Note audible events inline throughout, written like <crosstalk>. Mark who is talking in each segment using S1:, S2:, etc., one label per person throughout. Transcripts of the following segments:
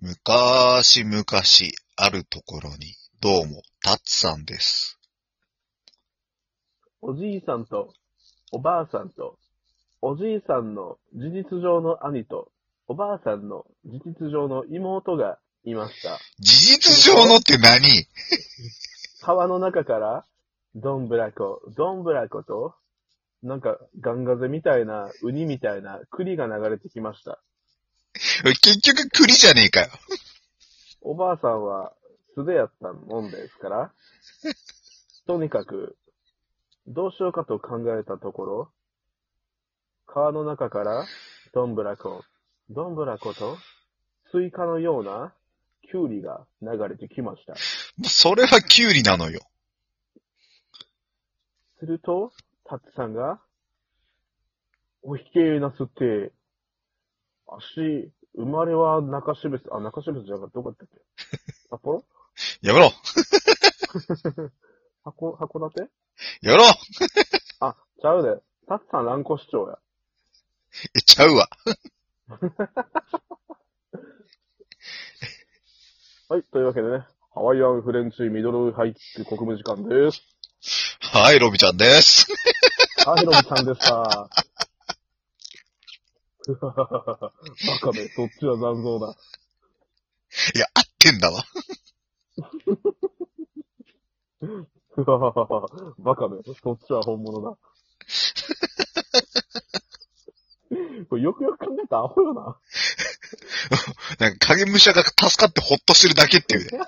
S1: むかーしむかし、あるところに、どうも、たっさんです。
S2: おじいさんと、おばあさんと、おじいさんの事実上の兄と、おばあさんの事実上の妹がいました。
S1: 事実上のって何
S2: 川の中から、どんぶらこ、どんぶらこと、なんか、ガンガゼみたいな、ウニみたいな、栗が流れてきました。
S1: 結局、栗じゃねえかよ。
S2: おばあさんは素手やったもんですから、とにかく、どうしようかと考えたところ、川の中から、どんぶらこ、どんぶらこと、スイカのような、キュウリが流れてきました。
S1: もうそれはキュウリなのよ。
S2: すると、タッツさんが、おひけなすって、足、生まれは中標津、あ、中標津じゃなかった、どこだったっけ札幌
S1: やめろ
S2: 箱、函館
S1: やめろ
S2: あ、ちゃうで。タッツさん蘭越市長や。
S1: え、ちゃうわ。
S2: はい、というわけでね、ハワイアンフレンチミドルハイキック国務次官です。
S1: はい、ロビちゃんです。
S2: はい、ロブさんでした。うわははははバカめ、そっちは残像だ。
S1: いや、合ってんだわ。
S2: うわははははバカめ、そっちは本物だ。これよくよく考えたらアホよな。
S1: なんか、影武者が助かってほっとしてるだけっていうね。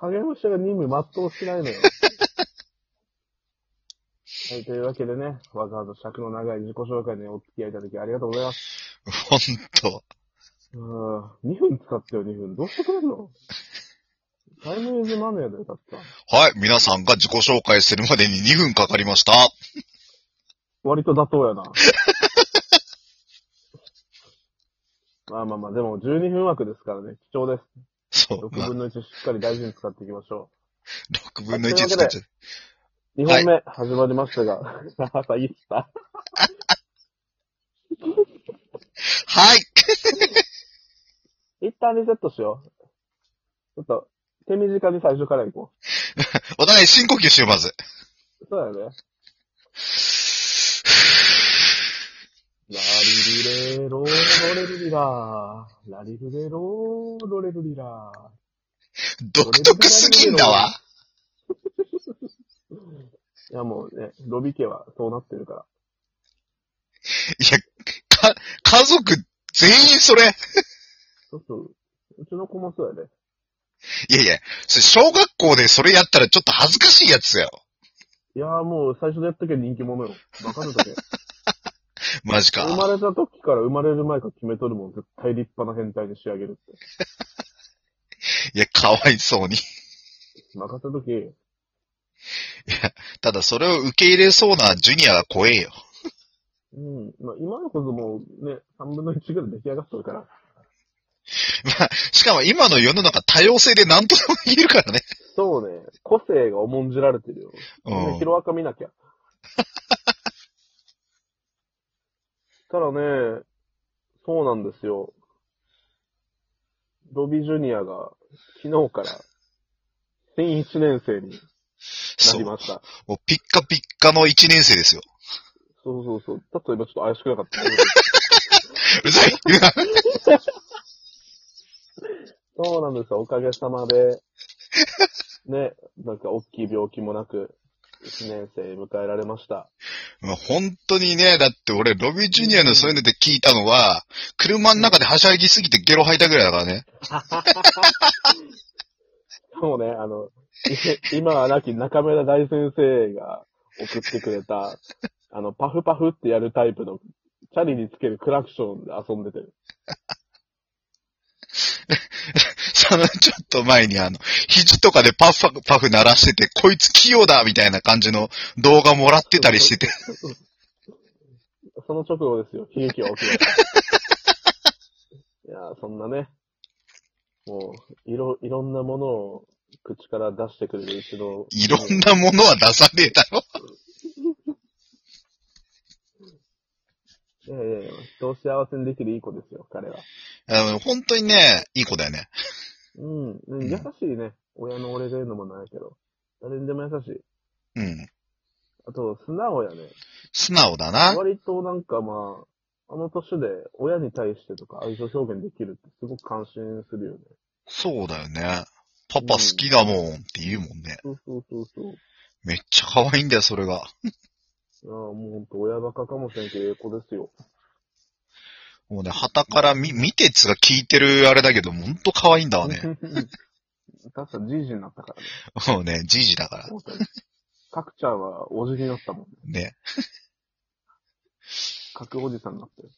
S2: 影武者が任務全うしないのよ。はい、というわけでね、わざわざ尺の長い自己紹介にお付き合いいただきありがとうございます。
S1: ほんと。
S2: うーん、2分使ってよ、2分。どうしてくれ
S1: <laughs>
S2: んのタイムイズマネーだよ、だって。
S1: はい、皆さんが自己紹介するまでに2分かかりました。
S2: 割と妥当
S1: <laughs>
S2: やな。まあまあまあ、でも12分枠ですからね、貴重です。
S1: そう、
S2: 6
S1: まあ、
S2: 分の1しっかり大事に使っていきましょ
S1: 6分の1使っちゃう。
S2: う。2本目、始まりましたが、 <laughs> あさ、いいっすか
S1: はい
S2: 一旦リセットしよう。ちょっと、手短に最初から行こ
S1: お互い深呼吸しよう、まず。
S2: う。そうだよね。ラリルレロー、ロレルリラー。ラリルレロー、ロレルリラー。
S1: 独特すぎんだわ。
S2: いやもうね、ロビ家はそうなってるから。
S1: いや、か、家族全員それ。
S2: ちょっと、うちの子もそうやで。
S1: いやいや、それ小学校でそれやったらちょっと恥ずかしいやつだよ。
S2: いやーもう最初でやったけ人気者よ。バカだけ。
S1: マジか。
S2: 生まれた時から生まれる前から決めとるもん、絶対立派な変態に仕上げるって。
S1: いや、かわいそうに。
S2: 任せた時、
S1: ただそれを受け入れそうなジュニアが怖えよ。
S2: うん、まあ今のこそもうね、3分の1ぐらい出来上がっとるから。
S1: まあ、しかも今の世の中多様性で何とでも言えるからね。
S2: そうね、個性が重んじられてるよ。
S1: うん
S2: ヒ。ロアカ見なきゃ。ただね、そうなんですよ。ロビジュニアが昨日から新1年生にな
S1: そう。
S2: り
S1: も
S2: ました。
S1: うピッカピッカの一年生ですよ。
S2: そうそうそう。だと今ちょっと怪しくなかった。
S1: うざい。 <laughs>
S2: そうなんですよ。おかげさまで。ね、なんか大きい病気もなく、1年生迎えられました。
S1: まあ本当にね、だって俺、ロビージュニアのそういうので聞いたのは、車の中ではしゃぎすぎてゲロ吐いたぐらいだからね。
S2: もうね、あの、い今は亡き中村大先生が送ってくれた、あの、パフパフってやるタイプの、チャリにつけるクラクションで遊んでてる。
S1: <laughs> そのちょっと前にあの、肘とかでパフパフパフ鳴らしてて、こいつ器用だみたいな感じの動画もらってたりしてて、
S2: その直後ですよ、悲劇は
S1: <laughs>
S2: 起きました。いやーそんなね、もう、いろ、いろんなものを口から出してくれる一度。
S1: いろんなものは出さねえだろ。
S2: いやいやいや、人を幸せにできるいい子ですよ、彼は。
S1: あの、本当にね、いい子だよね。
S2: うん。うん
S1: ん
S2: 優しいね。親の俺が言うのもないけど。誰にでも優しい。
S1: うん。
S2: あと、素直やね。
S1: 素直だな。
S2: 割となんかまあ、あの年で親に対してとか愛情表現できるってすごく感心するよね。
S1: そうだよね。パパ好きだもんって言うもんね。
S2: そうそうそうそう。
S1: めっちゃ可愛いんだよ、それが。
S2: いやーもうほんと親バカかもしれんけど、ええ子ですよ。
S1: もうね、旗から見、見てっつが聞いてるあれだけど、ほんと可愛いんだわね。
S2: <laughs> 確かじいじになったからね。
S1: もうね、じいじだから。
S2: 大谷かくちゃんはおじになったもんね。
S1: ね。
S2: かくおじさんになってる。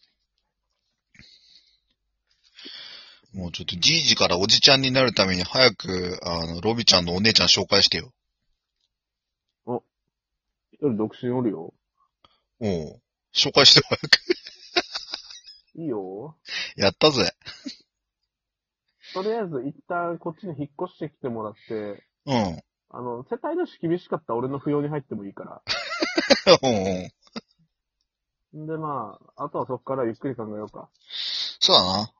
S1: もうちょっとじいじからおじちゃんになるために早く、あの、ロビちゃんのお姉ちゃん紹介してよ。
S2: 一人独身おるよ。
S1: おう紹介してよ、早く。
S2: いいよ。
S1: やったぜ。
S2: とりあえず一旦こっちに引っ越してきてもらって、
S1: うん。
S2: あの、世帯主厳しかったら俺の扶養に入ってもいいから。
S1: うんうん
S2: んでまあ、あとはそこからゆっくり考えようか。
S1: そうだな。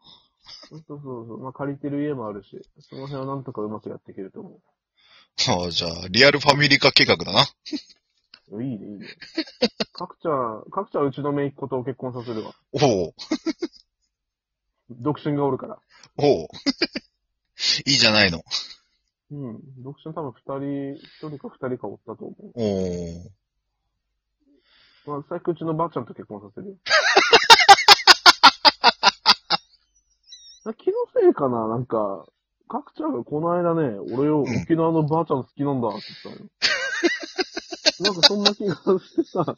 S2: そうそうそう。まあ借りてる家もあるし、その辺はなんとかうまくやっていけると思
S1: ああ、じゃあ、リアルファミリー化計画だな。
S2: う。いいね、いいね。かくちゃん、かくちゃんはうちの姪っ子と結婚させるわ。
S1: おう
S2: 独身がおるから。
S1: おう <laughs> いいじゃないの。
S2: うん。独身多分二人、一人か二人かおったと思う。
S1: おお
S2: まあ、最悪うちのばあちゃんと結婚させるよ。な気のせいかななんか、かくちゃんがこの間ね、俺を
S1: ん
S2: 沖縄のばあちゃん好きなんだって言ったのよ。なんかそんな気がしてさ、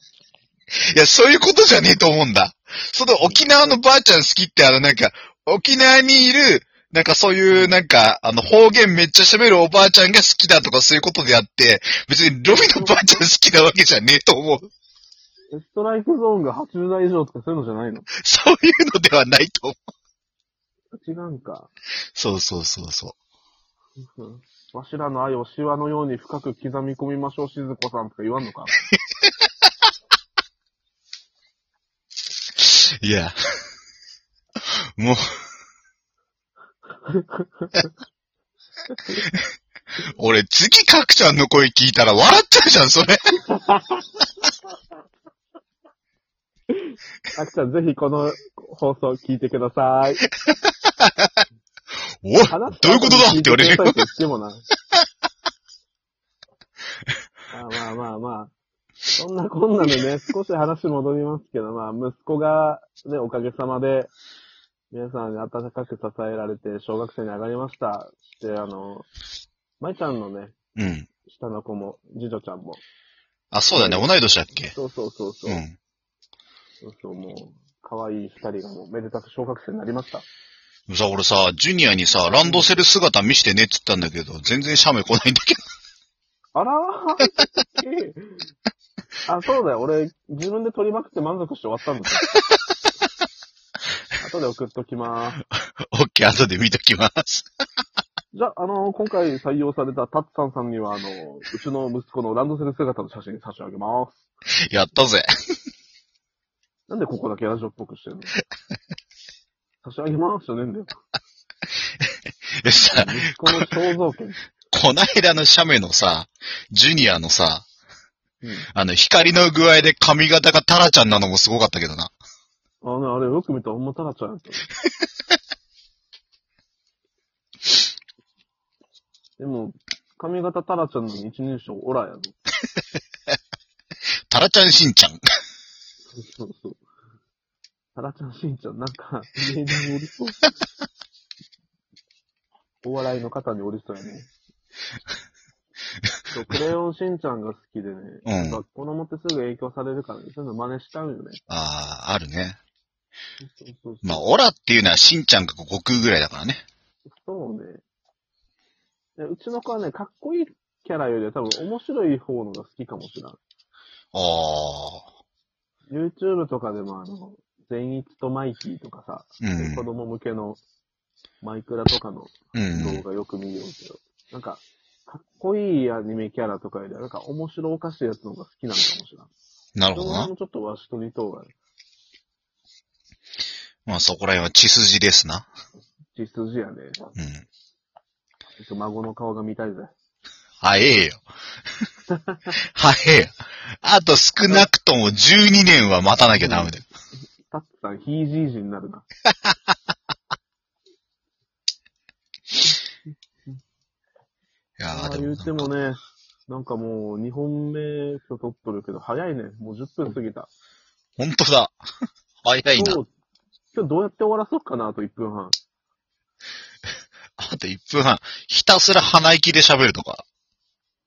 S1: いや、そういうことじゃねえと思うんだ。その沖縄のばあちゃん好きってあのなんか、沖縄にいる、なんかそういうなんか、あの方言めっちゃ喋るおばあちゃんが好きだとかそういうことであって、別にロビのばあちゃん好きなわけじゃねえと思う。
S2: ストライクゾーンが80代以上とかそういうのじゃないの
S1: そういうのではないと思う。
S2: 違うんか。
S1: そうそうそうそ
S2: うんわしらの愛をシワのように深く刻み込みましょう、しずこさんとか言わんのか。
S1: う。いや。もう、俺次かくちゃんの声聞いたら笑っちゃうじゃん、それ。
S2: あきちゃん、ぜひこの放送聞いてください。
S1: おい、
S2: 話
S1: どういうことだって言われる
S2: 聞いてくださいって言ってもな。まあまあまあまあ。そんなこんなで
S1: <laughs>
S2: ね、少し話戻りますけど、まあ、息子がね、おかげさまで、皆さんに温かく支えられて、小学生に上がりました。で、あの、舞ちゃんのね、
S1: うん。
S2: 下の子も、次女ちゃんも。
S1: あ、そうだね、同い年だっけ。
S2: そうそうそうそうう。
S1: ん。
S2: そうそう、もう、可愛い二人がもう、めでたく小学生になりました。
S1: さ、俺さ、ジュニアにさ、ランドセル姿見してねって言ったんだけど、全然写メ来ないんだけ
S2: あらーあ、そうだよ。俺、自分で取りまくって満足して終わったんだよ。後で送っときまー
S1: <laughs>
S2: す。
S1: ど。オッケー、後で見ときます。 <laughs>
S2: じゃあ、あの、今回採用されたタッツさんさんには、あの、うちの息子のランドセル姿の写真差し上げまーす。
S1: やったぜ。
S2: なんでここだけラジオっぽくしてんの差し上げまーすじゃねえんだよ。
S1: でさ、
S2: 息子の肖像権。
S1: こないだの写メのさ、ジュニアのさ、
S2: うん。
S1: あの、光の具合で髪型がタラちゃんなのもすごかったけどな。
S2: あのね、あれよく見たらほんまタラちゃんやった。 <laughs> でも、髪型タラちゃんの一人称オラやぞ。
S1: タラちゃんしんちゃん。
S2: そうそう。タラちゃんしんちゃん、なん <laughs> か、芸人におりそう。お笑いの方におりそうやね。そうクレヨンしんちゃんが好きでね、
S1: うん
S2: 学校の持ってすぐ影響されるからね、そういうの真似しちゃうよね。
S1: あー、あるね。
S2: そうそうそう
S1: まあ、オラっていうのはしんちゃんが悟空ぐらいだからね。
S2: そうね。でうちの子はね、かっこいいキャラよりは多分面白い方のが好きかもしれない。
S1: あー。
S2: YouTube とかでもあの、善逸とマイキーとかさ、
S1: うん
S2: 子供向けのマイクラとかの
S1: うん
S2: 動。画よく見ようけど、なんか、かっこいいアニメキャラとかよりは、なんか面白おかしいやつの方が好きなのかもしれない。
S1: なるほ
S2: 動
S1: ど
S2: 画
S1: な。
S2: もちょっとわしと似とうがね
S1: まあそこら辺は血筋ですな。
S2: 血筋やね。ちょ
S1: うん。
S2: っと孫の顔が見たいぜ。
S1: 早え <laughs> よ。早えよ。あと少なくとも12年は待たなきゃダメだよ。
S2: タッツさん、ヒージージーになるな。
S1: いや
S2: ま
S1: ー
S2: あ
S1: で
S2: 言
S1: も
S2: うて
S1: なんか
S2: もね、なんかもう2本目今日撮っとるけど、早いね。もう10分過ぎた。
S1: 本当だ。早いな。
S2: 今日、今日どうやって終わらそうかな、あと1分半。
S1: あと1分半。ひたすら鼻息で喋るとか。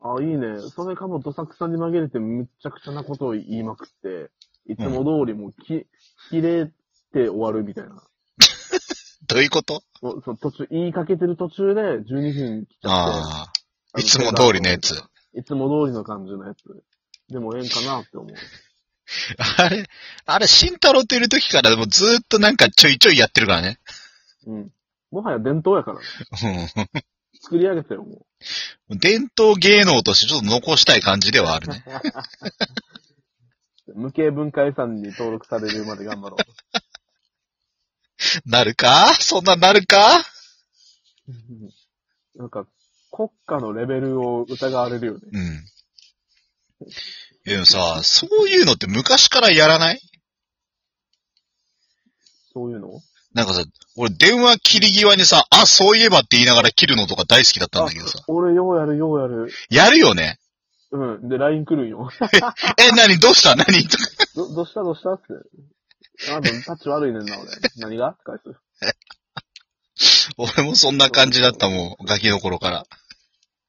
S2: あ、いいね。それかもどさくさに紛れてむっちゃくちゃなことを言いまくって、いつも通りもうき、切れて終わるみたいな。
S1: どういうこと
S2: もうそう途中、言いかけてる途中で12分来ちゃって。
S1: ああ。
S2: あの
S1: いつも通りのやつ。
S2: いつも通りの感じのやつ。でもええんかなって思う。
S1: あれ、あれ、慎太郎っている時からでもずーっとなんかちょいちょいやってるからね。
S2: うん。もはや伝統やから。作り上げたよ、もう。
S1: うん。伝統芸能としてちょっと残したい感じではあるね。
S2: 無形文化遺産に登録されるまで頑張ろう。
S1: なるかそんななるか
S2: なんか、国家のレベルを疑われるよね。
S1: うん。でもさ、そういうのって昔からやらない
S2: そういうの
S1: なんかさ、俺電話切り際にさ、あ、そういえばって言いながら切るのとか大好きだったんだけどさ。
S2: 俺、ようやる、ようやる。
S1: やるよね。
S2: うん。で、LINE 来るんよ。
S1: え、何どうした何 <laughs> とか
S2: ど、どうしたどうしたって。あ、でもタッチ悪いねんな、俺。何がって返す。
S1: 俺もそんな感じだったもん。ガキの頃から。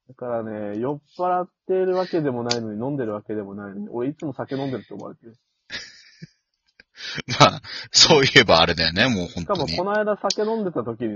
S2: だからね、酔っ払ってるわけでもないのに、飲んでるわけでもないのに、俺いつも酒飲んでるって思われてる。
S1: まあ、そういえばあれだよね、もう本
S2: しか
S1: 当
S2: も、
S1: に
S2: こ。の間酒飲んでた時に